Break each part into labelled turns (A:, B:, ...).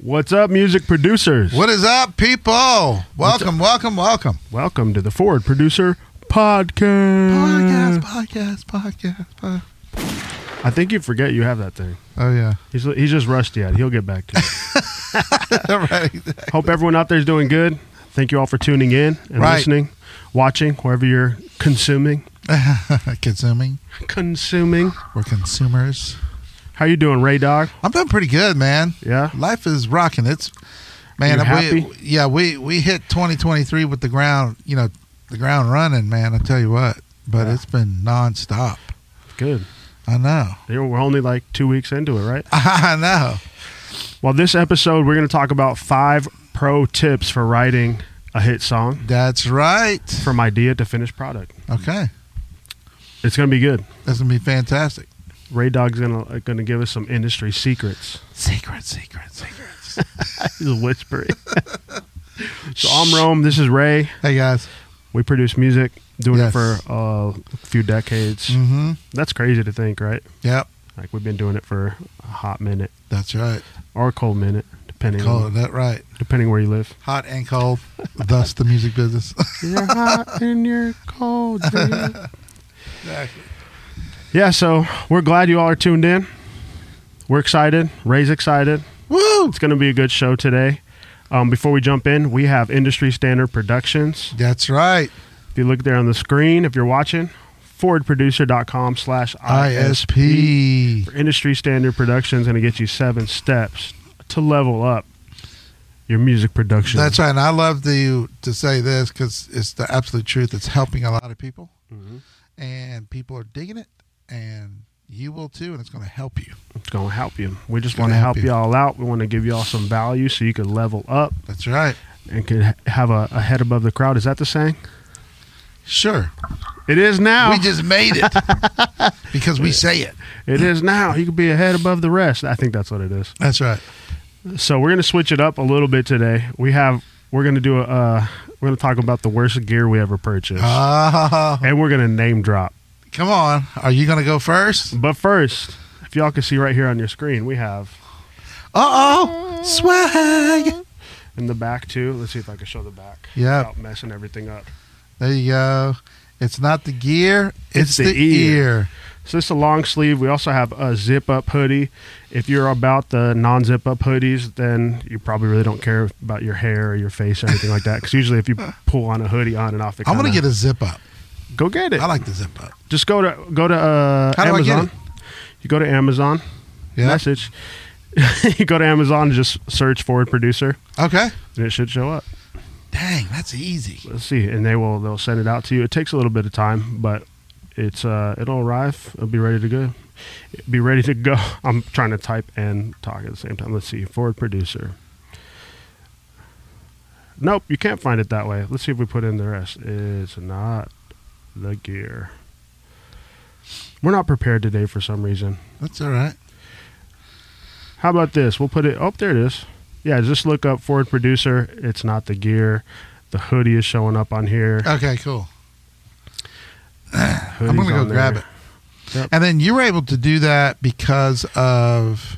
A: What's up, music producers?
B: What is up, people? Welcome, welcome, welcome.
A: Welcome to the Forward Producer Podcast.
B: Podcast, podcast, podcast, podcast.
A: I think you forget you have that thing.
B: Oh, yeah.
A: He's he's just rusty at it. He'll get back to it.
B: right.
A: Hope everyone out there is doing good. Thank you all for tuning in and
B: Right.
A: listening, watching, wherever you're consuming.
B: Consuming.
A: Consuming.
B: We're consumers.
A: How you doing, Ray Dog?
B: I'm doing pretty good, man.
A: Yeah.
B: Life is rocking. It's, man,
A: You
B: we,
A: happy?
B: yeah, we, we hit 2023 with the ground, you know, the ground running, man. I tell you what, but
A: Yeah.
B: it's been nonstop.
A: Good.
B: I know.
A: They were only like two weeks into it, right?
B: I know.
A: Well, this episode we're going to talk about five pro tips for writing a hit song
B: That's right.
A: from idea to finished product.
B: Okay.
A: It's going to be good.
B: That's going to be fantastic.
A: Ray Dog's gonna uh, gonna give us some industry secrets.
B: Secret, secret, secrets.
A: He's whispering. so I'm Rome. This is Ray.
B: hey, guys.
A: We produce music, doing
B: Yes.
A: it for uh, a few decades.
B: Mm-hmm.
A: That's crazy to think, right?
B: Yep.
A: Like we've been doing it for a hot minute
B: That's right.
A: or a cold minute, depending
B: Cold. That right.
A: depending where you live.
B: Hot and cold. thus the music business.
A: You're hot and you're cold. dude.
B: exactly.
A: Yeah, so we're glad you all are tuned in. We're excited. Ray's excited.
B: Woo!
A: It's gonna be a good show today. Um, before we jump in, we have Industry Standard Productions.
B: That's right.
A: If you look there on the screen, if you're watching, forwardproducer.com slash ISP.
B: ISP.
A: For Industry Standard Productions going to get you seven steps to level up your music production.
B: That's right. And I love to to say this because it's the absolute truth. It's helping a lot of people,
A: Mhm.
B: and people are digging it, and you will too, and it's going to help you.
A: It's going to help you. We just
B: Gonna
A: want to
B: help
A: help
B: you.
A: you all out. We want to give you all some value so you can level up
B: That's right.
A: and can ha- have a, a head above the crowd. Is that the saying?
B: Sure.
A: It is now.
B: We just made it because we say it.
A: it is now. You can be a head above the rest. I think that's what it is.
B: That's right.
A: So we're gonna switch it up a little bit today. We have we're gonna do a uh, we're gonna talk about the worst gear we ever purchased,
B: Ah,
A: and we're gonna name drop.
B: come on. Are you going to go first?
A: But first, if y'all can see right here on your screen, we have
B: Uh oh. Swag.
A: in the back too. Let's see if I can show the back.
B: Yeah.
A: without messing everything up.
B: There you go. It's not the gear,
A: It's
B: it's, the,
A: the
B: ear.
A: ear. So this is a long sleeve. We also have a zip up hoodie. If you're about the non zip up hoodies, then you probably really don't care about your hair or your face or anything like that. Because usually, if you pull on a hoodie on and off, it
B: I'm going to
A: kinda-
B: get a zip up.
A: go get it.
B: I like the zip up.
A: Just go to go to uh,
B: How do I get
A: Amazon. You go to Amazon.
B: Yeah.
A: message. you go to Amazon, just search Forward Producer,
B: Okay.
A: and it should show up.
B: Dang, that's easy.
A: Let's see, and they will they'll send it out to you. It takes a little bit of time, but it's uh it'll arrive. It'll be ready to go. Be ready to go. I'm trying to type and talk at the same time. Let's see, Forward Producer. Nope, you can't find it that way. Let's see if we put in the rest. It's not the gear. We're not prepared today for some reason.
B: That's all right.
A: How about this? We'll put it. Oh, there it is. Yeah, just look up Ford producer. It's not the gear. The hoodie is showing up on here.
B: Okay, cool.
A: Hoodie's
B: Ah, I'm going to go
A: on there.
B: grab it.
A: Yep.
B: And then you were able to do that because of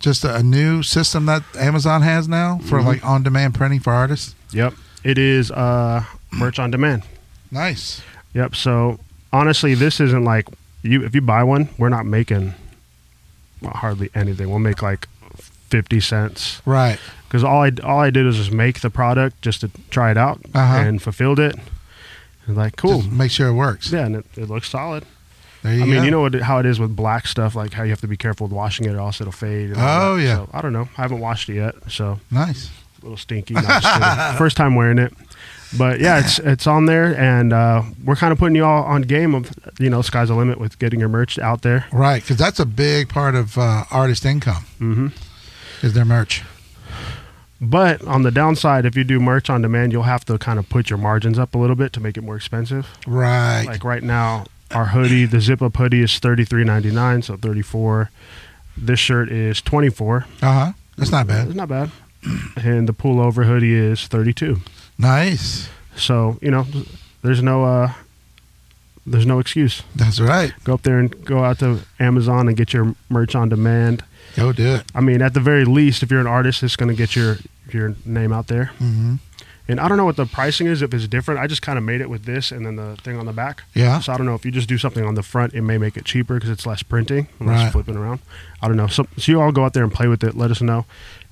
B: just a, a new system that Amazon has now for
A: Mhm.
B: like on demand printing for artists.
A: Yep, it is uh, merch on demand.
B: Nice.
A: Yep. So honestly, this isn't like you. If you buy one, we're not making hardly anything. We'll make like fifty cents
B: Right.
A: because all I all I did was just make the product just to try it out
B: Uh-huh.
A: and fulfilled it. And like cool,
B: Just make sure it works.
A: yeah, and it, it looks solid.
B: There you
A: I
B: go.
A: mean, you know what, how it is with black stuff, like how you have to be careful with washing it, or else it'll fade. and all
B: Oh,
A: that.
B: yeah.
A: So, I don't know. I haven't washed it yet, so
B: Nice.
A: a little stinky. No, just kidding. First time wearing it, but yeah, it's it's on there, and uh, we're kind of putting you all on game of you know sky's the limit with getting your merch out there.
B: Right. Because that's a big part of uh, artist income
A: hmm
B: is their merch.
A: But on the downside, if you do merch on demand, you'll have to kind of put your margins up a little bit to make it more expensive.
B: Right.
A: Like right now, our hoodie, the zip up hoodie, is thirty three ninety nine, so thirty four. This shirt is twenty four.
B: Uh huh. That's not bad.
A: It's not bad. and the pullover hoodie is 32.
B: Nice.
A: So, you know, there's no uh there's no excuse.
B: That's right.
A: Go up there and go out to Amazon and get your merch on demand.
B: Go do it.
A: I mean, at the very least, if you're an artist, it's going to get your your name out there.
B: hmm
A: And I don't know what the pricing is if it's different. I just kind of made it with this and then the thing on the back.
B: Yeah.
A: So I don't know if you just do something on the front, it may make it cheaper because it's less printing, less
B: Right.
A: flipping around. I don't know. So, so you all go out there and play with it. Let us know.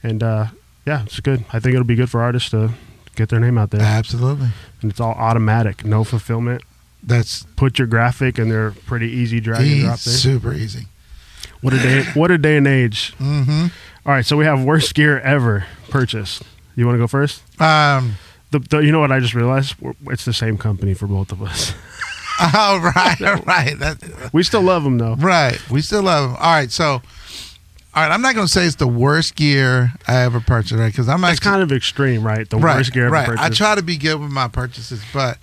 A: And uh, yeah, it's good. I think it'll be good for artists to get their name out there.
B: Absolutely.
A: and it's all automatic, no fulfillment.
B: That's
A: Put your graphic, and they're pretty easy drag and
B: e-
A: drop there.
B: super easy.
A: What a day! What a day and age.
B: hmm
A: All right, so we have worst gear ever purchased. You want to go first?
B: Um,
A: The, the, you know what I just realized? We're, it's the same company for both of us.
B: oh, right, right. That,
A: We still love them though.
B: right. We still love them. All right. So, all right. I'm not going to say it's the worst gear I ever purchased, right? Because I'm
A: That's
B: actually,
A: kind of extreme, right? The
B: right,
A: worst gear ever
B: right. I
A: purchased.
B: try to be good with my purchases, but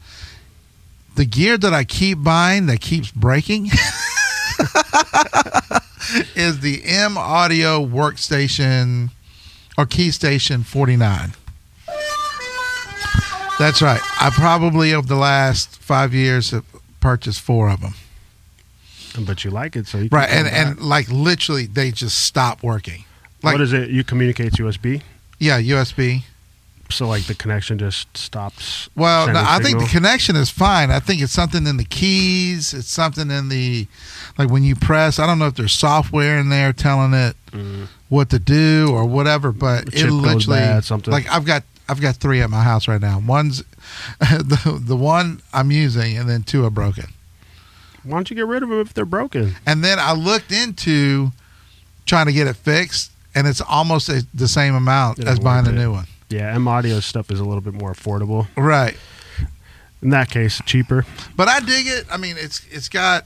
B: the gear that I keep buying that keeps breaking is the M Audio Workstation or Keystation 49. That's right. I probably over the last five years have purchased four of them.
A: but you like it, so you
B: Right,
A: can
B: and
A: come back.
B: and like literally, they just stop working. Like
A: what is it? You communicate USB,
B: yeah, USB.
A: so like the connection just stops.
B: Well, no,
A: sending
B: I think the
A: signal.
B: connection is fine. I think it's something in the keys. It's something in the like when you press. I don't know if there's software in there telling it
A: Mm.
B: what to do or whatever, but
A: The chip
B: it
A: goes
B: literally
A: bad, something.
B: like I've got I've got three at my house right now. One's the the one I'm using, and then two are broken.
A: Why don't you get rid of them if they're broken?
B: And then I looked into trying to get it fixed, and it's almost a, the same amount
A: It
B: as
A: ain't
B: buying a
A: worth it.
B: new one.
A: Yeah, M Audio stuff is a little bit more affordable.
B: Right.
A: In that case, cheaper.
B: but I dig it. I mean, it's it's got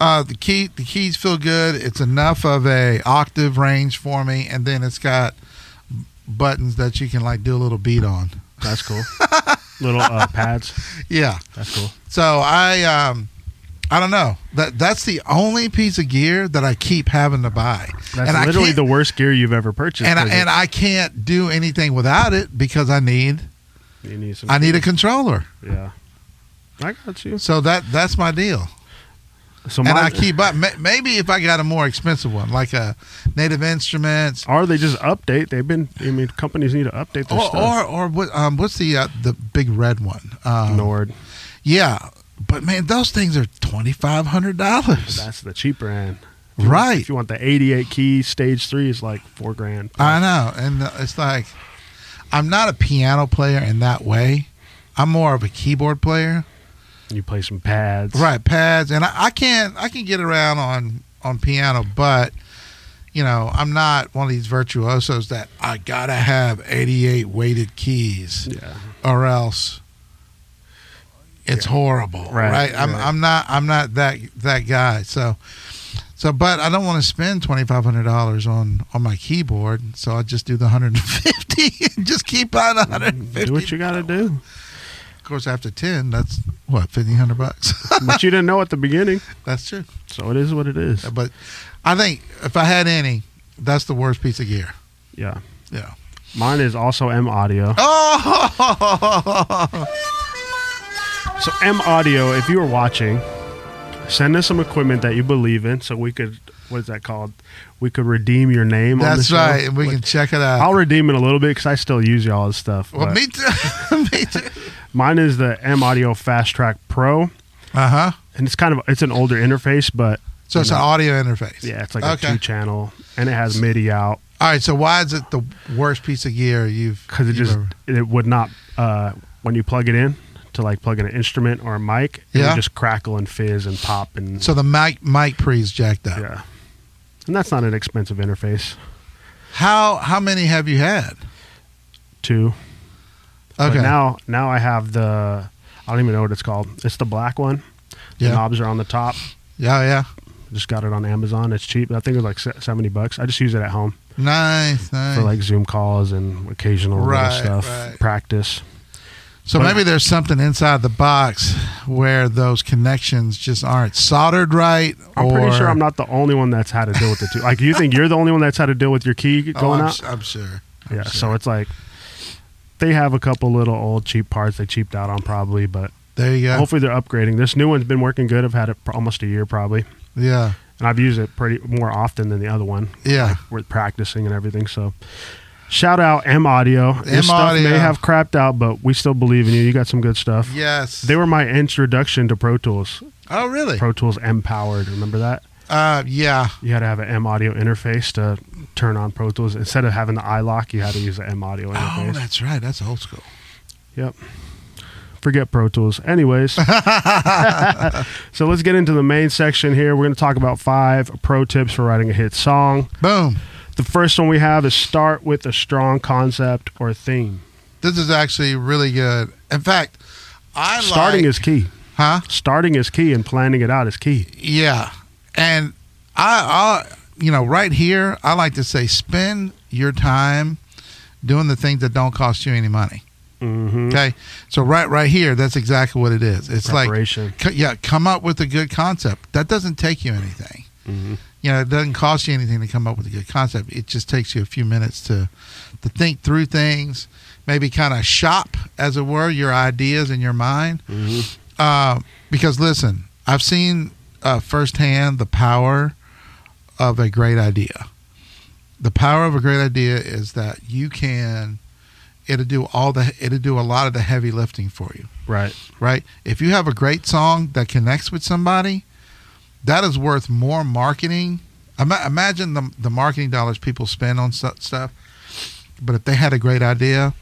B: uh, the key. The keys feel good. It's enough of a octave range for me, and then it's got buttons that you can like do a little beat on.
A: That's cool. Little uh, pads.
B: Yeah.
A: That's cool.
B: So I um, I don't know. That that's the only piece of gear that I keep having to buy,
A: That's
B: and I
A: literally
B: can't-
A: the worst gear you've ever purchased.
B: and I,
A: 'cause
B: and I can't do anything without it because I need
A: you need some.
B: I need a controller.
A: Yeah. I got you.
B: So that that's my deal.
A: So
B: and
A: mine,
B: I keep up. May- Maybe if I got a more expensive one, like a Native Instruments,
A: or they just update. They've been. I mean, companies need to update their
B: or
A: stuff.
B: or, or what, um, what's the uh, the big red one? Um,
A: Nord.
B: Yeah, but man, those things are twenty five hundred dollars.
A: That's the cheaper end. If you-
B: Right,
A: If you want the 88 key stage three, is like four grand.
B: I know, and uh, it's like I'm not a piano player in that way. I'm more of a keyboard player.
A: you play some pads.
B: Right, pads, and I, I can I can get around on on piano, but you know I'm not one of these virtuosos that I gotta have 88 weighted keys.
A: Yeah.
B: or else it's horrible right,
A: Right,
B: I'm,
A: right.
B: I'm not i'm not that that guy so so but i don't want to spend $2500 on on my keyboard so i just do the 150 and just keep on 150
A: Mm, Do what you got to do.
B: of course after 10 that's what 1500 bucks
A: but you didn't know at the beginning.
B: that's true
A: So it is what it is.
B: but i think if i had any that's the worst piece of gear
A: Yeah.
B: yeah
A: Mine is also M Audio.
B: oh
A: So M Audio, if you were watching, send us some equipment that you believe in, so we could what is that called? We could redeem your name. on the
B: that's
A: show.
B: right and we can check it out
A: I'll redeem it a little bit because I still use y'all's stuff.
B: well
A: but
B: me too me too
A: mine is the M Audio Fast Track Pro,
B: uh-huh
A: and it's kind of it's an older interface, but
B: So it's an audio interface.
A: yeah, it's like
B: Okay.
A: a two channel, and it has MIDI out
B: All right. So why is it the worst piece of gear you've?
A: because it
B: you've
A: just
B: ever-
A: it would not uh, when you plug it in to like plug in an instrument or a mic, it
B: Yeah.
A: would just crackle and fizz and pop and
B: So the mic mic pre's jacked up.
A: yeah, and that's not an expensive interface.
B: How how many have you had?
A: Two. But
B: Okay.
A: now now I have the I don't even know what it's called. It's the black one. The
B: yeah.
A: knobs are on the top.
B: Yeah. Yeah.
A: Just got it on Amazon. It's cheap. I think it was like se- seventy bucks. I just use it at home
B: Nice. Nice.
A: for like Zoom calls and occasional little
B: Right,
A: stuff,
B: right.
A: practice.
B: so
A: but-
B: maybe there's something inside the box where those connections just aren't soldered right.
A: I'm
B: or,
A: pretty sure I'm not the only one that's had to deal with the two. Like you think you're the only one that's had to deal with your key
B: Oh,
A: going
B: I'm,
A: out?
B: s- I'm sure. I'm
A: yeah.
B: sure.
A: So it's like they have a couple little old cheap parts they cheaped out on probably, but
B: There you go.
A: Hopefully they're upgrading. This new one's been working good. I've had it for almost a year probably,
B: Yeah.
A: and I've used it pretty more often than the other one.
B: Yeah.
A: with practicing and everything. So, shout out M Audio. Your
B: M
A: stuff may
B: Audio.
A: have crapped out, but we still believe in you. You got some good stuff.
B: Yes.
A: They were my introduction to Pro Tools.
B: oh, really?
A: Pro Tools M powered. Remember that?
B: Uh, yeah.
A: You had to have an M Audio interface to turn on Pro Tools. Instead of having the iLock, you had to use the M Audio
B: Oh,
A: interface.
B: that's right. That's old school.
A: Yep. Forget Pro Tools. Anyways, so let's get into the main section here. We're going to talk about five pro tips for writing a hit song.
B: Boom.
A: The first one we have is start with a strong concept or theme.
B: This is actually really good. In fact, I
A: Starting
B: like,
A: is key.
B: huh?
A: Starting is key, and planning it out is key.
B: Yeah, and I, I, you know, right here, I like to say, spend your time doing the things that don't cost you any money.
A: Mm-hmm.
B: Okay, so right, right here, that's exactly what it is. It's like,
A: Preparation.
B: c- yeah, come up with a good concept. That doesn't take you anything.
A: Mhm.
B: You know, it doesn't cost you anything to come up with a good concept. It just takes you a few minutes to, to think through things, maybe kind of shop, as it were, your ideas in your mind.
A: Mm-hmm.
B: Uh, because listen, I've seen uh, firsthand the power of a great idea. The power of a great idea is that you can it'll do all the it'll do a lot of the heavy lifting for you,
A: Right.
B: right? If you have a great song that connects with somebody, that is worth more marketing. Ima- imagine the the marketing dollars people spend on stu- stuff, but if they had a great idea,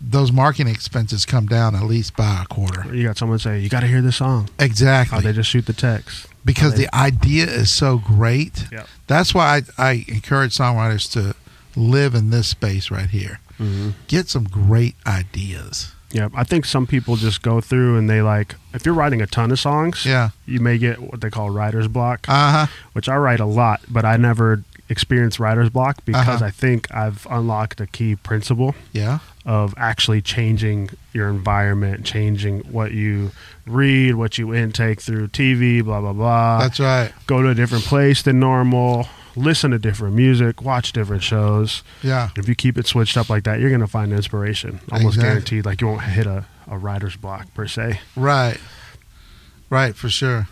B: those marketing expenses come down at least by a quarter.
A: You got someone say, You got to hear this song.
B: Exactly
A: Oh, they just shoot the text.
B: because the idea is so great.
A: Yep.
B: That's why I, I encourage songwriters to live in this space right here.
A: Mm-hmm.
B: Get some great ideas.
A: Yeah. I think some people just go through and they like, if you're writing a ton of songs,
B: Yeah.
A: you may get what they call writer's block,
B: Uh huh.
A: which I write a lot, but I never experience writer's block because
B: Uh-huh.
A: I think I've unlocked a key principle.
B: Yeah.
A: of actually changing your environment, changing what you read, what you intake through TV, blah blah blah.
B: That's right.
A: Go to a different place than normal, listen to different music, watch different shows.
B: Yeah.
A: If you keep it switched up like that, you're gonna find inspiration. Almost
B: Exactly.
A: guaranteed. Like you won't hit a, a writer's block per se.
B: Right. Right. For sure.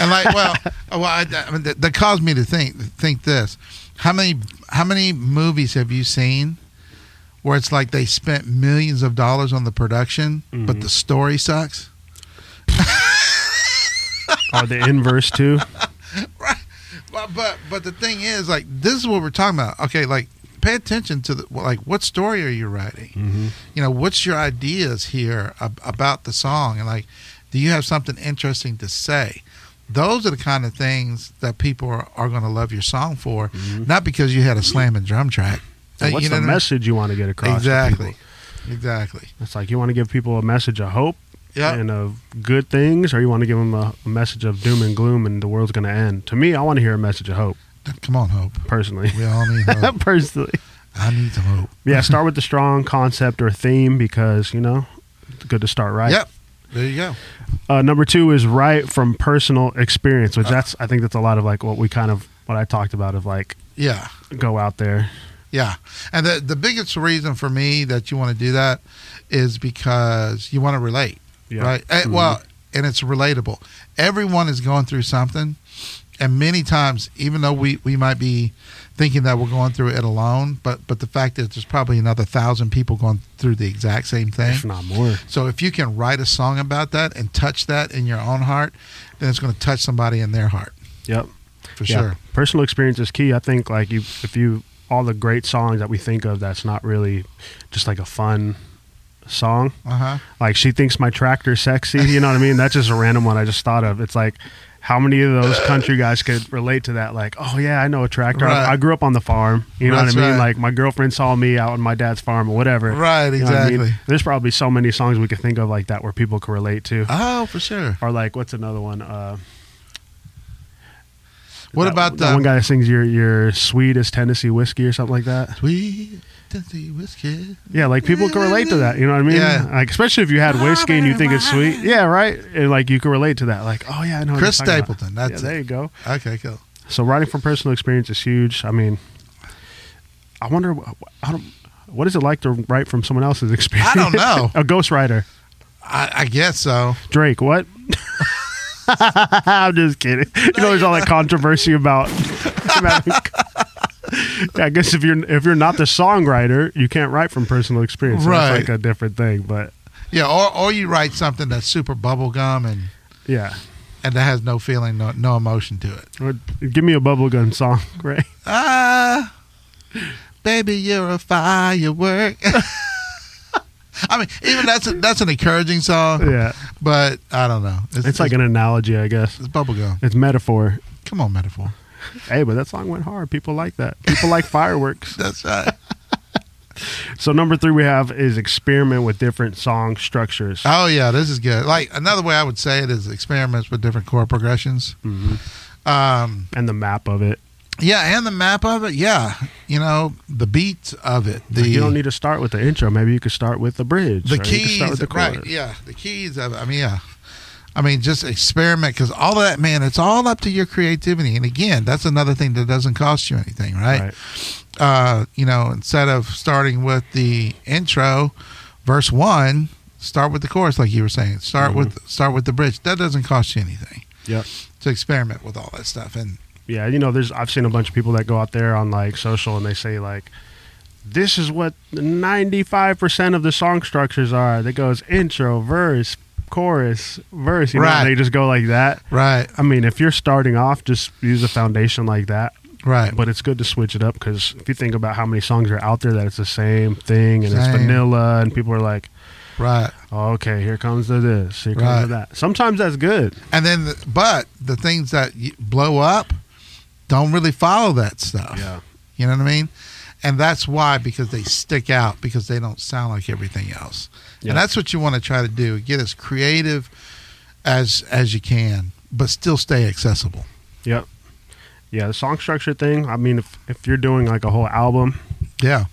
B: And like, well, oh, well, I, I mean, that, that caused me to think think this: how many how many movies have you seen where it's like they spent millions of dollars on the production, but
A: Mhm.
B: the story sucks?
A: Or the inverse too.
B: But, but but the thing is, like, this is what we're talking about. Okay, like, pay attention to the like, what story are you writing?
A: Mm-hmm.
B: You know, what's your ideas here ab- about the song, and like, do you have something interesting to say? Those are the kind of things that people are, are going to love your song for, not because you had a slamming drum track. Uh,
A: Mm-hmm. what's
B: you know
A: the
B: what I mean?
A: message you want to get across? to
B: Exactly,
A: people?
B: exactly.
A: It's like you want to give people a message of hope
B: Yeah,
A: and of good things, or you want to give them a, a message of doom and gloom and the world's going to end. To me, I want to hear a message of hope,
B: come on, hope.
A: personally.
B: We all need hope.
A: personally.
B: I need some hope.
A: Yeah, start with the strong concept or theme because, you know, it's good to start right.
B: Yep. There you go.
A: Uh, number two is write from personal experience,
B: Uh.
A: which that's, I think that's a lot of like what we kind of, what I talked about of like
B: Yeah.
A: go out there.
B: Yeah. And the, the biggest reason for me that you want to do that is because you want to relate,
A: Yeah. Mm-hmm.
B: right? Eh, Well, and it's relatable. Everyone is going through something. And many times, even though we, we might be thinking that we're going through it alone, but, but the fact is there's probably another thousand people going through the exact same thing.
A: If not more.
B: So if you can write a song about that and touch that in your own heart, then it's going to touch somebody in their heart
A: Yep.
B: for
A: Yeah.
B: sure.
A: Personal experience is key. I think like you, if you, all the great songs that we think of, that's not really just like a fun song.
B: Uh huh.
A: like she thinks my tractor's sexy. You know what I mean? That's just a random one I just thought of. It's like how many of those country guys could relate to that? Like, oh yeah, I know a tractor.
B: Right.
A: I, I grew up on the farm. You know
B: That's
A: what I mean?
B: right.
A: Like my girlfriend saw me out on my dad's farm or whatever.
B: Right.
A: You know what I mean?
B: Exactly.
A: There's probably so many songs we could think of like that where people could relate to.
B: Oh, for sure.
A: or like what's another one? Uh,
B: What
A: that-
B: about um,
A: that
B: the
A: one guy that sings your your sweetest Tennessee whiskey or something like that?
B: Sweet Tennessee whiskey.
A: Yeah, like people can relate to that. You know what I mean?
B: Yeah.
A: Like especially if you had whiskey and you think it's sweet. Yeah, right. And like you can relate to that. Like, oh yeah, I know. what
B: Chris
A: he's talking about.
B: Stapleton. That's
A: yeah, there
B: it.
A: you go.
B: Okay, cool.
A: So writing from personal experience is huge. I mean, I wonder. wh- I don't. What is it like to write from someone else's experience?
B: know.
A: a ghostwriter.
B: I, I guess so.
A: Drake, what? I'm just kidding. You know, there's all that controversy about. about- yeah, I guess if you're if you're not the songwriter, you can't write from personal experience. So
B: Right.
A: That's like a different thing. But
B: Yeah, or or you write something that's super bubblegum and
A: yeah,
B: and that has no feeling, no, no emotion to it.
A: Or give me a bubblegum song, right?
B: Ah, baby, you're a firework. I mean, even that's a, that's an encouraging song,
A: Yeah,
B: but I don't know.
A: it's like an analogy, I guess.
B: it's bubblegum.
A: It's metaphor.
B: Come on, metaphor.
A: Hey, but that song went hard. People like that. People like fireworks.
B: That's right.
A: So number three we have is experiment with different song structures.
B: Oh yeah, this is good. Like another way I would say it is experiments with different chord progressions.
A: Mhm.
B: Um,
A: and the map of it.
B: yeah, and the map of it. Yeah, you know the beats of it. The
A: Like, you don't need to start with the intro. Maybe you could start with the bridge.
B: the
A: or you could
B: keys.
A: start with the
B: right?
A: chorus.
B: Yeah, the keys of. it. I mean, yeah. I mean, just experiment because all of that, man, it's all up to your creativity. And again, that's another thing that doesn't cost you anything, right?
A: Right.
B: Uh, you know, instead of starting with the intro, verse one, start with the chorus, like you were saying. Start with start with the bridge. That doesn't cost you anything.
A: Mm-hmm. Yep.
B: to experiment with all that stuff. And
A: Yeah. You know, there's I've seen a bunch of people that go out there on like social and they say like, this is what 95% of the song structures are. That goes intro, verse, chorus, verse. You know,
B: Right.
A: and they just go like that.
B: right,
A: I mean, if you're starting off, just use a foundation like that.
B: right,
A: But it's good to switch it up because if you think about how many songs are out there that it's the same thing and it's
B: Same.
A: vanilla and people are like,
B: right.
A: okay, here comes the this, here comes the that. Sometimes that's good.
B: And then, the, but the things that y blow up don't really follow that stuff. You know what I mean? And that's why because they stick out because they don't sound like everything else.
A: Yeah.
B: And that's what you want to try to do: get as creative as as you can, but still stay accessible.
A: Yep. Yeah, the song structure thing. I mean, if, if you're doing like a whole album,
B: Yeah,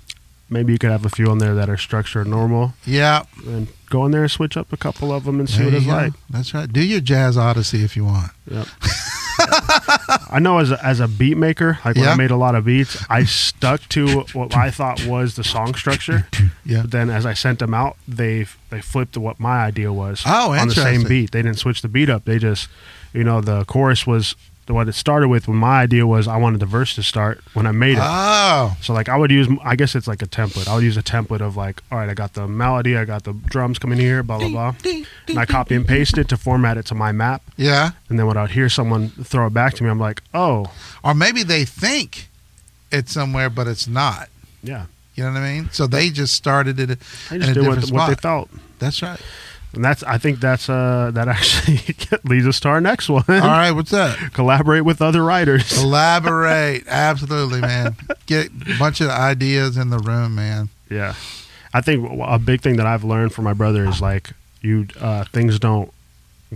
A: maybe you could have a few on there that are structured normal
B: yeah.
A: and go in there and switch up a couple of them and see
B: There
A: what
B: you
A: it's
B: go.
A: like.
B: That's right. Do your jazz odyssey if you want.
A: Yep. I know as a, as a beat maker, like when
B: Yeah.
A: I made a lot of beats, I stuck to what I thought was the song structure.
B: Yeah.
A: But then as I sent them out, they they flipped what my idea was.
B: Oh,
A: on the same
B: interesting.
A: beat. They didn't switch the beat up. They just, you know, the chorus was what it started with. When my idea was, I wanted the verse to start when I made it.
B: Oh,
A: So like I would use, I guess it's like a template. I would use a template of like, all right, I got the melody, I got the drums coming here, blah blah blah, and I copy and paste it to format it to my map.
B: yeah.
A: And then when I would hear someone throw it back to me, I'm like, oh,
B: Or maybe they think it's somewhere, but it's not.
A: yeah,
B: You know what I mean? So they just started it.
A: I
B: In a
A: just did what,
B: different
A: what they
B: spot.
A: felt.
B: That's right.
A: And that's, I think that's uh that actually leads us to our next one.
B: All right, what's up?
A: Collaborate with other writers.
B: Collaborate. Absolutely, man. Get a bunch of ideas in the room, man.
A: Yeah, I think w- a big thing that I've learned from my brother is like, you uh, things don't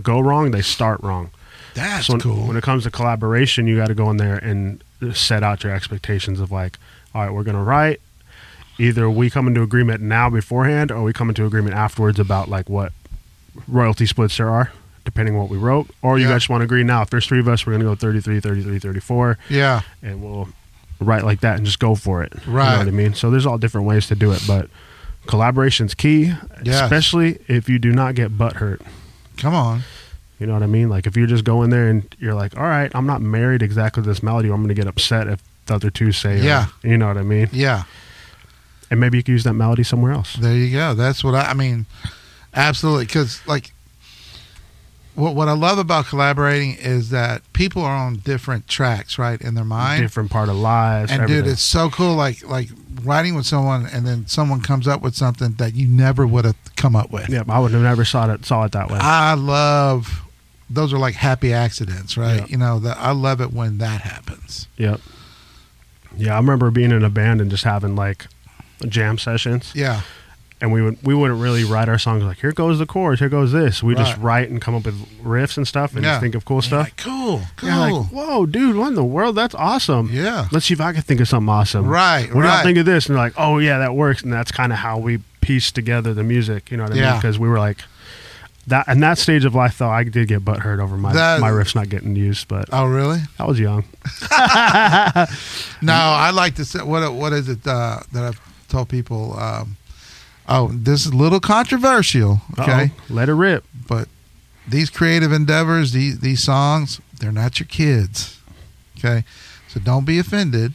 A: go wrong; they start wrong.
B: That's
A: so when,
B: cool.
A: when it comes to collaboration, you got to go in there and set out your expectations of like, all right, we're gonna write. Either we come into agreement now beforehand, or we come into agreement afterwards about like what royalty splits there are, depending on what we wrote. Or you
B: Yeah.
A: guys just want to agree now. If there's three of us, we're gonna go 33, 33, 34,
B: yeah,
A: and we'll write like that and just go for it. You know
B: Right.
A: what I mean? So there's all different ways to do it, but collaboration's key,
B: Yes.
A: especially if you do not get butt hurt.
B: come on.
A: You know what I mean? Like if you're just going there and you're like, all right, I'm not married exactly to this melody, or I'm going to get upset if the other two say, or-
B: Yeah.
A: you know what I mean?
B: Yeah,
A: And maybe you could use that melody somewhere else.
B: there you go. That's what I, I mean. Absolutely, because like, what what I love about collaborating is that people are on different tracks, right, in their mind.
A: Different part of lives.
B: and
A: everything.
B: dude, it's so cool. Like like writing with someone, and then someone comes up with something that you never would have come up with.
A: yeah, I would have never saw it saw it that way.
B: I love those are like happy accidents, right?
A: Yeah.
B: You know, that I love it when that happens.
A: yep. Yeah, I remember being in a band and just having like jam sessions,
B: Yeah,
A: and we would we wouldn't really write our songs like here goes the chorus, here goes this. We just
B: Right.
A: write and come up with riffs and stuff, and
B: Yeah.
A: just think of cool stuff.
B: Like, cool, cool.
A: Yeah,
B: Yeah,
A: like, whoa, dude, what in the world? That's awesome. Let's see if I can think of something awesome.
B: right,
A: What do y'all
B: right.
A: think of this? And they're like, oh yeah, that works. And that's kind of how we pieced together the music. You know what I mean?
B: Yeah.
A: Because we were like that. In that stage of life, though, I did get butthurt over my
B: That-
A: my riffs not getting used. But
B: oh, really?
A: I was young.
B: No, I like to say what what is it uh, that I've told people. Um, Oh, this is a little controversial. Okay,
A: Uh-oh. let it rip.
B: but these creative endeavors, these these songs, they're not your kids. Okay, so don't be offended.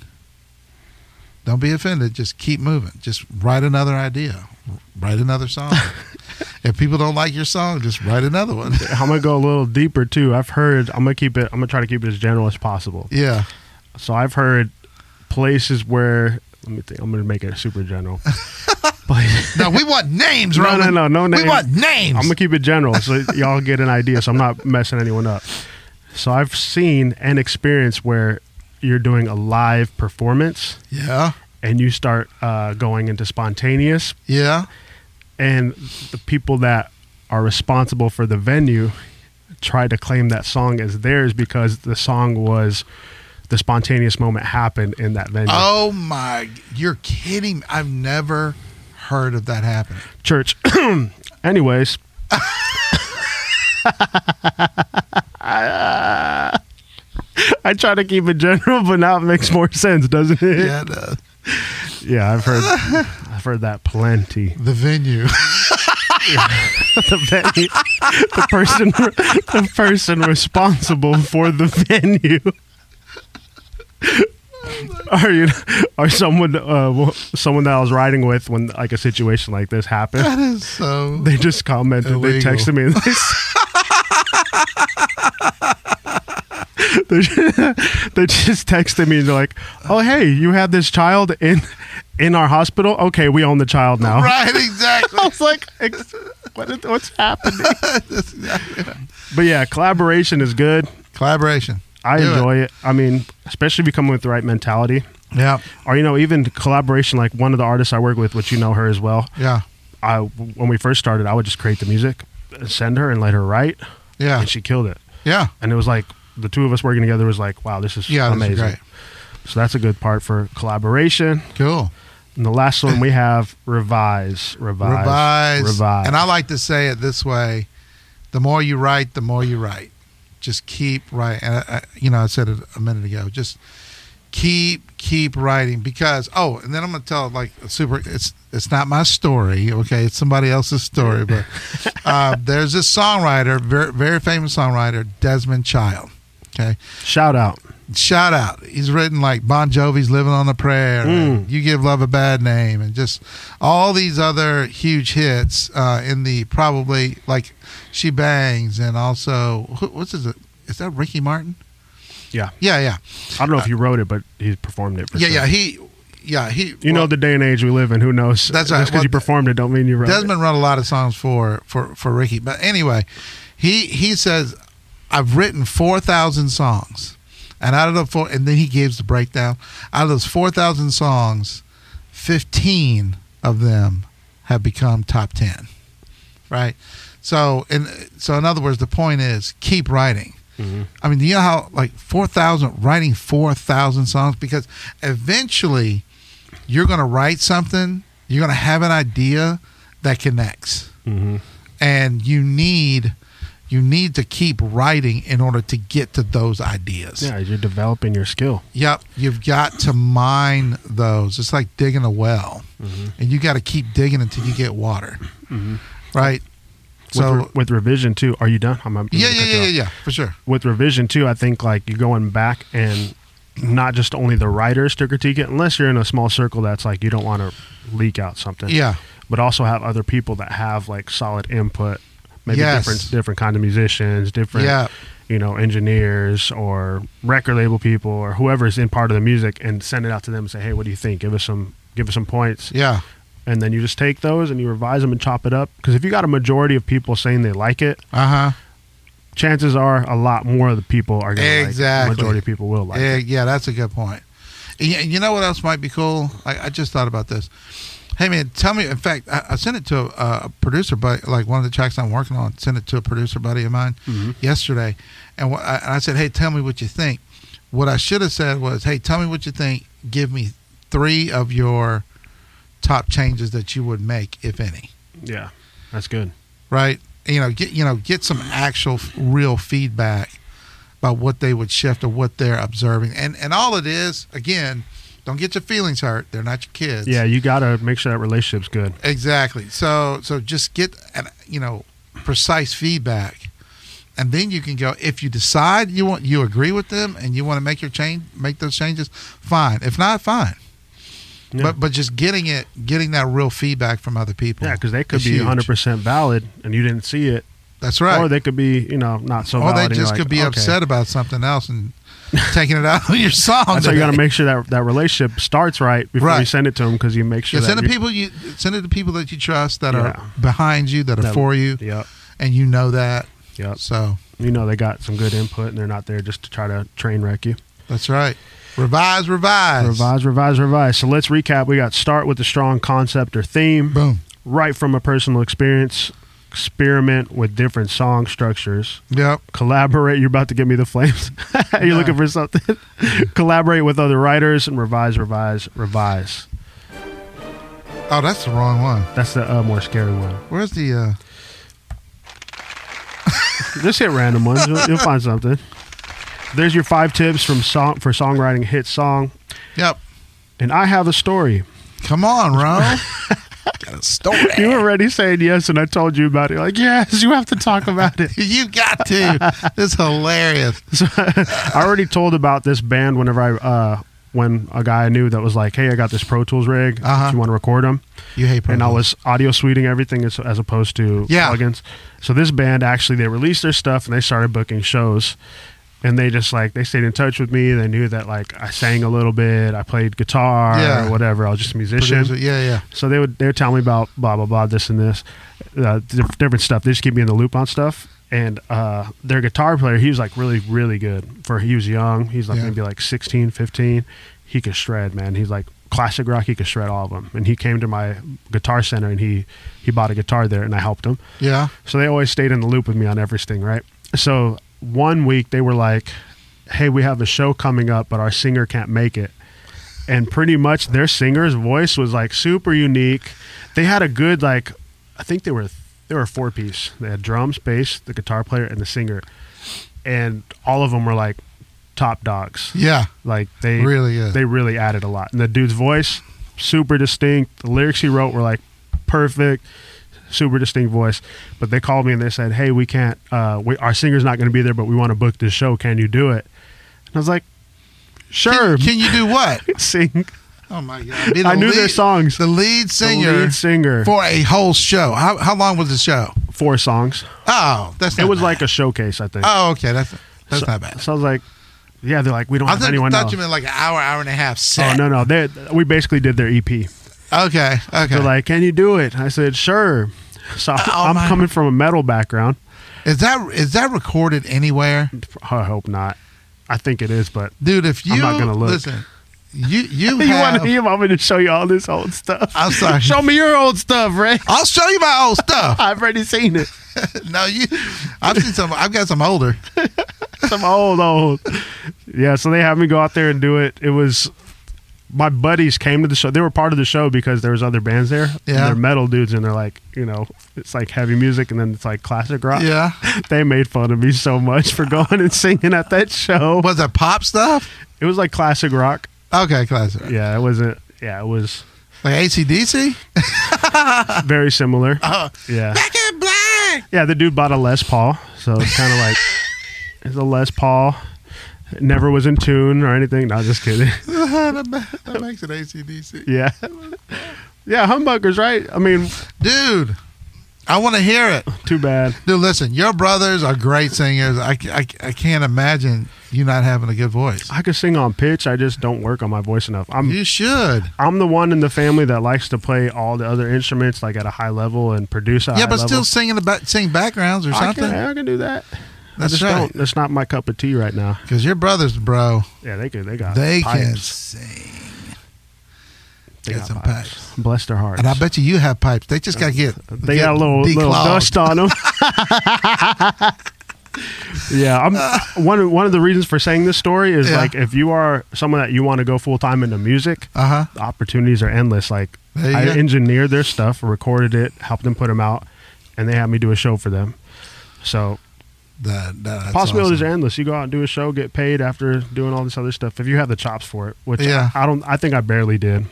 B: Don't be offended. Just keep moving. Just write another idea. Write another song. if people don't like your song, just write another one.
A: I'm gonna go a little deeper too. I've heard. I'm gonna keep it. I'm gonna try to keep it as general as possible.
B: yeah.
A: So I've heard places where. Let me think. I'm gonna make it super general. Place-
B: No, we want names,
A: No,
B: Roman.
A: no, no, no
B: We
A: names.
B: want names.
A: I'm gonna keep it general so y'all get an idea. So I'm not messing anyone up. So I've seen an experience where you're doing a live performance
B: yeah.
A: and you start uh, going into spontaneous,
B: Yeah.
A: and the people that are responsible for the venue try to claim that song as theirs because the song was the spontaneous moment happened in that venue.
B: Oh my! You're kidding! me. I've never heard of that happening.
A: Church. Anyways, I try to keep it general, but now it makes more sense, doesn't it?
B: Yeah, the,
A: Yeah, I've heard, I've heard that plenty.
B: the venue.
A: the venue, the person, the person responsible for the venue. Or you, or someone, uh, someone that I was riding with when like a situation like this happened.
B: That is so.
A: They just commented. They
B: Illegal.
A: texted me. And they, s- they just, they just texted me and they're like, "Oh, hey, you have this child in in our hospital. Okay, we own the child now."
B: Right, exactly.
A: I was like, "Ex- what is, "What's happening?" but yeah, collaboration is good.
B: Collaboration.
A: I
B: Do
A: enjoy it. I mean, especially if you come with the right mentality,
B: Yeah,
A: or you know, even collaboration. Like one of the artists I work with, which you know her as well.
B: yeah,
A: I when we first started, I would just create the music, send her, and let her write,
B: yeah,
A: and she killed it.
B: yeah,
A: And it was like the two of us working together was like, wow, this is
B: yeah. That's
A: amazing.
B: great.
A: So that's a good part for collaboration.
B: Cool.
A: And the last one we have revise, revise,
B: Revise,
A: revise.
B: And I like to say it this way: the more you write, the more you write. Just keep writing. And I, I, you know, I said it a minute ago. Just keep, keep writing because oh, and then I'm gonna tell like a super. It's it's not my story. Okay, it's somebody else's story. But uh, there's this songwriter, very, very famous songwriter, Desmond Child. Okay,
A: Shout out.
B: shout out. He's written like Bon Jovi's "Living on a Prayer," and
A: Mm.
B: "You Give Love a Bad Name," and just all these other huge hits uh, in the probably like "She Bangs" and also who, what's is it? Is that Ricky Martin?
A: Yeah.
B: Yeah, yeah,
A: I don't know if you wrote it, but he performed it. For
B: yeah,
A: sure.
B: yeah. He, yeah, he.
A: You know
B: well,
A: the day and age we live in. Who knows?
B: That's right.
A: Just because
B: Well,
A: you performed it, don't mean you wrote it.
B: Desmond wrote a lot of songs for for for Ricky, but anyway, he he says I've written four thousand songs, and out of the four, and then he gives the breakdown. Out of those four thousand songs, fifteen of them have become top ten, right? So in so in other words, the point is keep writing. I mean, you know how like four thousand writing four thousand songs because eventually you're going to write something, you're going to have an idea that connects.
A: Mhm.
B: And you need you need to keep writing in order to get to those ideas.
A: Yeah, you're developing your skill.
B: Yep, you've got to mine those. It's like digging a well.
A: Mm-hmm.
B: And you got to keep digging until you get water. Right? So
A: with, re- with revision too. Are you done? I'm, I'm
B: yeah,
A: gonna cut
B: yeah,
A: you
B: yeah,
A: off.
B: yeah, yeah, for sure.
A: with revision too, I think like you're going back and not just only the writers to critique it, unless you're in a small circle that's like you don't want to leak out something.
B: Yeah.
A: But also have other people that have like solid input, maybe
B: Yes.
A: different different kind of musicians, different
B: Yeah.
A: you know, engineers or record label people or whoever's in part of the music and send it out to them and say, Hey, what do you think? Give us some give us some points
B: Yeah.
A: and then you just take those and you revise them and chop it up because if you got a majority of people saying they like it
B: Uh-huh.
A: chances are a lot more of the people are going to
B: Exactly.
A: like it. majority of people will like
B: yeah,
A: it.
B: Eh, yeah, that's a good point. And y- you know what else might be cool? I, I just thought about this. Hey man, tell me. In fact, I, I sent it to a, a producer, buddy, like one of the tracks I'm working on. Sent it to a producer buddy of mine
A: Mm-hmm.
B: yesterday, and wh- I, and I said, "Hey, tell me what you think." What I should have said was, "Hey, tell me what you think. Give me three of your top changes that you would make, if any."
A: Yeah, that's good.
B: right? You know, get you know, get some actual f- real feedback about what they would shift or what they're observing, and and all it is again Don't get your feelings hurt. They're not your kids.
A: Yeah, you got to make sure that relationship's good.
B: Exactly. So so just get an, you know precise feedback, and then you can go. If you decide you want you agree with them and you want to make your change, make those changes. Fine. If not, fine.
A: Yeah.
B: But but just getting it, getting that real feedback from other people.
A: Yeah, because they could
B: is
A: be
B: huge.
A: 100% valid and you didn't see it.
B: That's right.
A: Or they could be, you know, not so
B: Or
A: valid.
B: Oh, they
A: and you're
B: just
A: like,
B: could be
A: okay.
B: upset about something else and taking it out on your song.
A: That's why you got to
B: today.
A: make sure that that relationship starts right before you
B: Right.
A: send it to them because you make sure
B: Yeah,
A: that
B: send it to
A: you're-
B: people you send it to people that you trust that
A: Yeah.
B: are behind you, that are
A: That-
B: for you,
A: Yep,
B: and you know that.
A: yep.
B: So
A: You know they got some good input and they're not there just to try to train wreck you.
B: that's right. Revise, revise,
A: Revise, revise, revise. So let's recap. We got start with a strong concept or theme,
B: Boom.
A: right from a personal experience. Experiment with different song structures.
B: Yep.
A: collaborate. You're about to give me the flames. You're
B: Yeah.
A: looking for something. collaborate with other writers and revise, revise, revise.
B: Oh, that's the wrong one.
A: That's the uh, more scary one.
B: Where's the? uh
A: Just hit random ones. You'll, you'll find something. There's your five tips from song for songwriting hit song.
B: Yep.
A: And I have a story.
B: Come on, Ron. got a
A: You
B: story.
A: were already saying yes, and I told you about it. Like yes, you have to talk about it.
B: you got to. It's hilarious.
A: So, I already told about this band whenever I uh, when a guy I knew that was like, hey, I got this Pro Tools rig. If
B: Uh-huh.
A: you want to record them?
B: You hate Pro
A: and I was
B: Tools.
A: audio suiting everything as, as opposed to
B: Yeah.
A: plugins. So this band actually they released their stuff and they started booking shows, and they just like they stayed in touch with me. They knew that like I sang a little bit, I played guitar
B: Yeah.
A: or whatever. I was just a musician.
B: Producer- Yeah, yeah.
A: So they would they would tell me about blah blah blah this and this, uh, diff- different stuff. They just keep me in the loop on stuff. And uh, their guitar player, he was like really really good for he was young. He's like
B: Yeah.
A: maybe like 16, 15. He could shred, man. He's like classic rock. He could shred all of them. And he came to my guitar center and he he bought a guitar there and I helped him.
B: Yeah.
A: So they always stayed in the loop with me on everything, right? So one week they were like, "Hey, we have a show coming up, but our singer can't make it." And pretty much their singer's voice was like super unique. They had a good like, I think they were they were a four piece. They had drums, bass, the guitar player, and the singer, and all of them were like top dogs.
B: Yeah.
A: Like they
B: Really good.
A: they really added a lot. And the dude's voice, super distinct. The lyrics he wrote were like perfect, super distinct voice. But they called me and they said, "Hey, we can't. Uh, we, our singer's not going to be there, but we want to book this show. Can you do it?" And I was like, "Sure,
B: Can, can you do what?
A: sing."
B: Oh my god! Be the
A: I knew their
B: lead-
A: songs.
B: The lead singer,
A: The lead singer, four,
B: for a whole show. How how long was the show?
A: songs.
B: Oh, that's
A: It
B: not
A: was
B: bad.
A: like a showcase, I think.
B: oh okay that's that's not bad.
A: So I was like, "Yeah." They're like, "We don't
B: I
A: have
B: thought,
A: anyone
B: thought
A: else."
B: you meant like an hour, hour and a half
A: Oh
B: set.
A: no, no. They, we basically did their E EP.
B: Okay, okay.
A: They're like, "Can you do it?" I said, "Sure." So
B: Oh,
A: I'm
B: my-
A: coming from a metal background.
B: is that is that recorded anywhere,
A: I hope not. I think it is, but
B: dude? If you
A: I'm not gonna look.
B: listen, you you
A: you want
B: have.
A: to? You want me to show you all this old stuff?
B: I'm sorry.
A: Show me your old stuff, Ray.
B: I'll show you my old stuff.
A: I've already seen it.
B: no, you. I've seen some. I've got some older.
A: Some old, old. Yeah. So they had me go out there and do it. It was my buddies came to the show. They were part of the show because there was other bands there. And
B: Yeah.
A: They're metal dudes, and they're like, you know, it's like heavy music, and then it's like classic rock.
B: Yeah.
A: They made fun of me so much for going and singing at that show.
B: Was it pop stuff?
A: It was like classic rock.
B: Okay, classic.
A: Yeah. It wasn't. Yeah. It was
B: Like ACDC.
A: very similar.
B: Oh,
A: Yeah.
B: back in black.
A: Yeah, the dude bought a Les Paul, so it's kind of like it's a Les Paul. It never was in tune or anything. No, just kidding.
B: that makes it ACDC.
A: Yeah, yeah, humbuckers, right? I mean,
B: Dude, I want to hear it.
A: too bad.
B: Dude, listen, your brothers are great singers. I, ca- I, ca- I can't imagine you not having a good voice.
A: I could sing on pitch. I just don't work on my voice enough. I'm
B: You should.
A: I'm the one in the family that likes to play all the other instruments like at a high level and produce. At a
B: Yeah,
A: high
B: but still
A: level.
B: singing about sing backgrounds or
A: I
B: something.
A: can, I can do that. I
B: That's
A: just
B: right.
A: don't. That's not my cup of tea right now.
B: Because your brothers, bro,
A: Yeah, they could. They got.
B: they can
A: pipes.
B: sing.
A: They
B: get
A: got
B: some
A: pipes. Bless their hearts.
B: And I bet you you have pipes. They just got to get
A: They
B: get
A: got a little, little
B: declogged.
A: dust on them. yeah, I'm one. Of, one of the reasons for saying this story is
B: Yeah.
A: like if you are someone that you want to go full time into music,
B: Uh-huh.
A: the opportunities are endless. Like
B: There you
A: I
B: go.
A: engineered their stuff, recorded it, helped them put them out, and they had me do a show for them. So
B: That, that
A: Possibilities
B: awesome.
A: are endless. You go out and do a show, get paid after doing all this other stuff. If you have the chops for it, which
B: Yeah.
A: I don't, I think I barely did.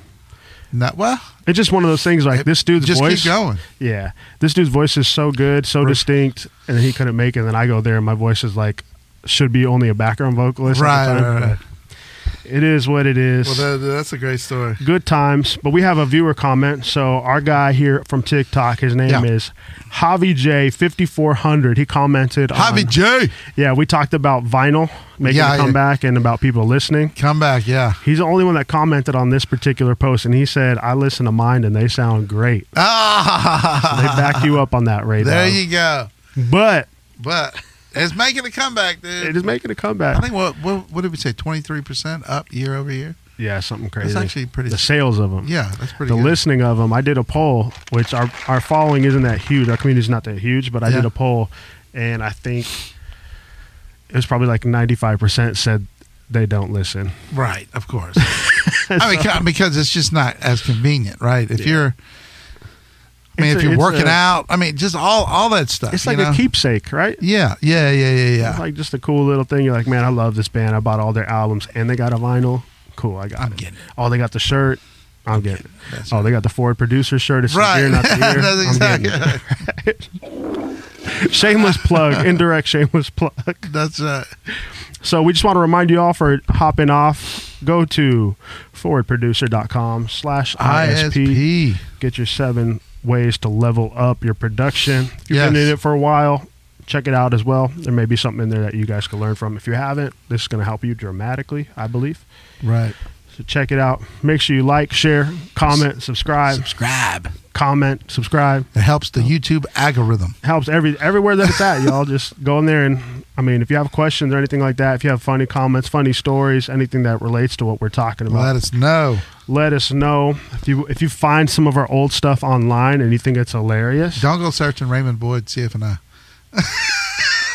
B: Not, well,
A: It's just one of those things. Like this dude's
B: just
A: voice,
B: keep going.
A: yeah, this dude's voice is so good, so distinct, and then he couldn't make it. And then I go there, and my voice is like should be only a background vocalist. at the
B: Right,
A: time,
B: right, right.
A: but It is what it is.
B: Well, that, that's a great story.
A: good times. But we have a viewer comment. So our guy here from TikTok, his name
B: Yeah.
A: is Javi J fifty four hundred. He commented.
B: Javi
A: on,
B: J,
A: yeah, we talked about vinyl making
B: Yeah,
A: a
B: yeah.
A: comeback and about people listening.
B: come back. Yeah.
A: He's the only one that commented on this particular post, and he said, "I listen to mine, and they sound great." They
B: Ah,
A: back you up on that, Ray.
B: there
A: Dog.
B: you go.
A: but
B: But it's making a comeback, dude.
A: it is making a
B: I
A: comeback.
B: think what what, what did we say? Twenty three percent up year over year.
A: yeah, something crazy.
B: That's actually pretty.
A: the sales of them.
B: Yeah, that's pretty.
A: the
B: good.
A: listening of them. I did a poll, which our our following isn't that huge. Our community's not that huge, but I did
B: Yeah.
A: a poll, and I think it was probably like ninety five percent said they don't listen.
B: right? Of course. I mean, ca- because it's just not as convenient, right? If you're, I mean,
A: It's
B: if
A: a-
B: you're
A: it's
B: working
A: a-
B: out, I mean, just all all that stuff.
A: It's
B: you
A: like
B: know?
A: a keepsake, right?
B: Yeah, yeah, yeah, yeah, yeah.
A: It's like just a cool little thing. You're like, man, I love this band. I bought all their albums, and they got a vinyl. Cool, I got
B: I'm
A: it.
B: getting it.
A: Oh, they got the shirt. I'm getting it.
B: That's
A: Oh, they got the Ford producer shirt. It's
B: Right.
A: right. year, not the year.
B: That's
A: I'm getting it.
B: exactly-
A: shameless plug, indirect shameless plug.
B: That's uh,
A: So we just want to remind you all for hopping off, go to forwardproducer.com slash ISP.
B: ISP.
A: Get your seven ways to level up your production. If you've been
B: Yes.
A: in it for a while, check it out as well. There may be something in there that you guys can learn from. If you haven't, this is going to help you dramatically, I believe.
B: Right.
A: So check it out. Make sure you like, share, comment, subscribe,
B: Subscribe.
A: comment, subscribe.
B: It helps the YouTube algorithm.
A: helps every everywhere that it's at. Y'all just go in there and I mean, if you have questions or anything like that, if you have funny comments, funny stories, anything that relates to what we're talking about,
B: Let us know.
A: let us know. If you if you find some of our old stuff online and you think it's hilarious,
B: Don't go searching Raymond Boyd CFNI.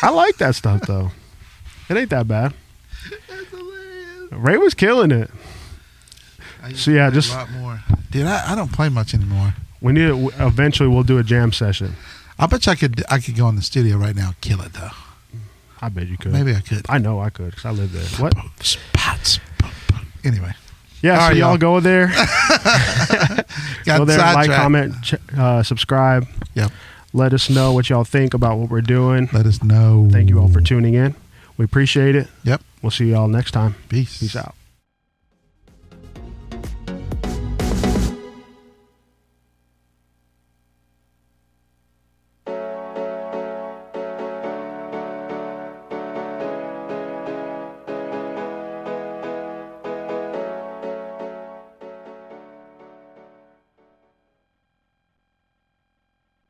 A: I like that stuff though. It ain't that bad. Ray was killing it.
B: I used
A: So,
B: to
A: yeah,
B: play
A: just-
B: a lot more. Dude, I, I don't play much anymore.
A: We need to, eventually we'll do a jam session.
B: I bet you I could I could go in the studio right now, and kill it though.
A: I bet you could.
B: Maybe I could.
A: I know I could because I live there. What?
B: Spots. Anyway,
A: Yeah,
B: All
A: so
B: right,
A: y'all
B: y'all.
A: go there,
B: got
A: go there, like,
B: sidetracked.
A: comment, ch- uh, subscribe.
B: Yep.
A: Let us know what y'all think about what we're doing.
B: Let us know.
A: Thank you all for tuning in. We appreciate it.
B: Yep.
A: We'll see you all next time.
B: Peace.
A: Peace out.